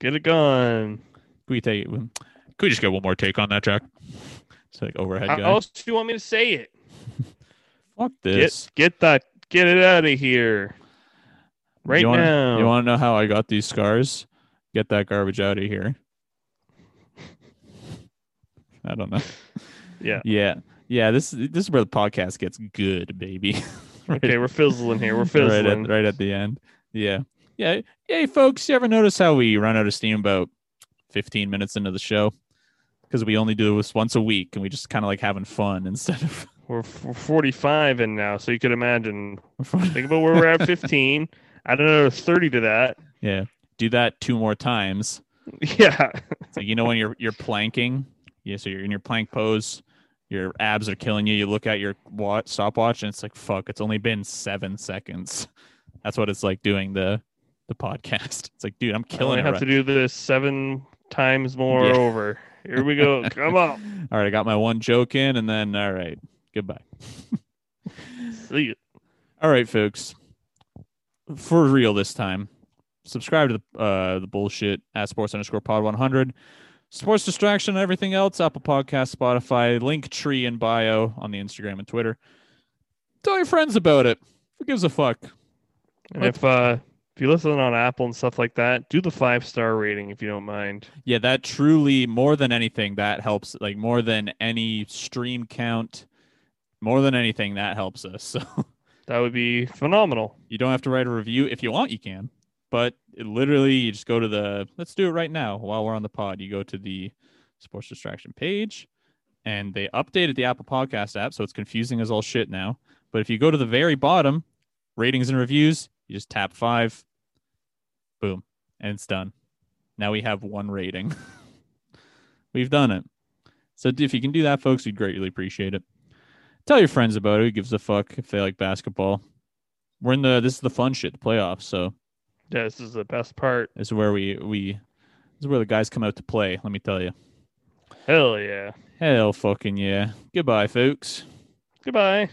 Get it gone.
Could we take? Could we just get one more take on that, Jack? It's like overhead
How
guy.
else do you want me to say it?
Fuck
Get
this.
get that get it out of here, right
you wanna,
now.
You want to know how I got these scars? Get that garbage out of here. I don't know.
Yeah.
Yeah. Yeah. This this is where the podcast gets good, baby. Right
okay, we're fizzling here. We're
right
fizzling.
at, right at the end. Yeah. Yeah. Hey, folks, you ever notice how we run out of steam about 15 minutes into the show? Because we only do this once a week and we just kind of like having fun instead of.
We're, f- we're 45 in now, so you could imagine. Think about where we're at 15. Add another 30 to that.
yeah. Do that two more times.
Yeah,
It's like, you know, when you're, you're planking. Yeah. So you're in your plank pose, your abs are killing you. You look at your watch, stopwatch and it's like, fuck, it's only been seven seconds. That's what it's like doing the the podcast. It's like, dude, I'm
I
killing
only
it.
have
right
to do this seven times more
Yeah.
over. Here we go. Come on.
All right, I got my one joke in, and then all right, goodbye.
See ya.
All right, folks, for real this time. Subscribe to the uh, the bullshit at sports underscore pod one hundred. Sports distraction and everything else. Apple Podcast, Spotify, link tree in bio on the Instagram and Twitter. Tell your friends about it. Who gives a fuck?
And if uh if you listen on Apple and stuff like that, do the five star rating if you don't mind.
Yeah, that truly more than anything that helps. Like more than any stream count, more than anything that helps us. So.
That would be phenomenal.
You don't have to write a review. If you want, you can. But it literally, you just go to the let's do it right now while we're on the pod. You go to the sports distraction page and they updated the Apple Podcast app. So it's confusing as all shit now. But if you go to the very bottom, ratings and reviews, you just tap five, boom, and it's done. Now we have one rating. We've done it. So if you can do that, folks, we'd greatly appreciate it. Tell your friends about it. Who gives a fuck if they like basketball? we're in the this is the fun shit, the playoffs. So
Yeah, this is the best part.
this is where we we this is where the guys come out to play. Let me tell you.
Hell yeah.
Hell fucking yeah. Goodbye, folks.
Goodbye.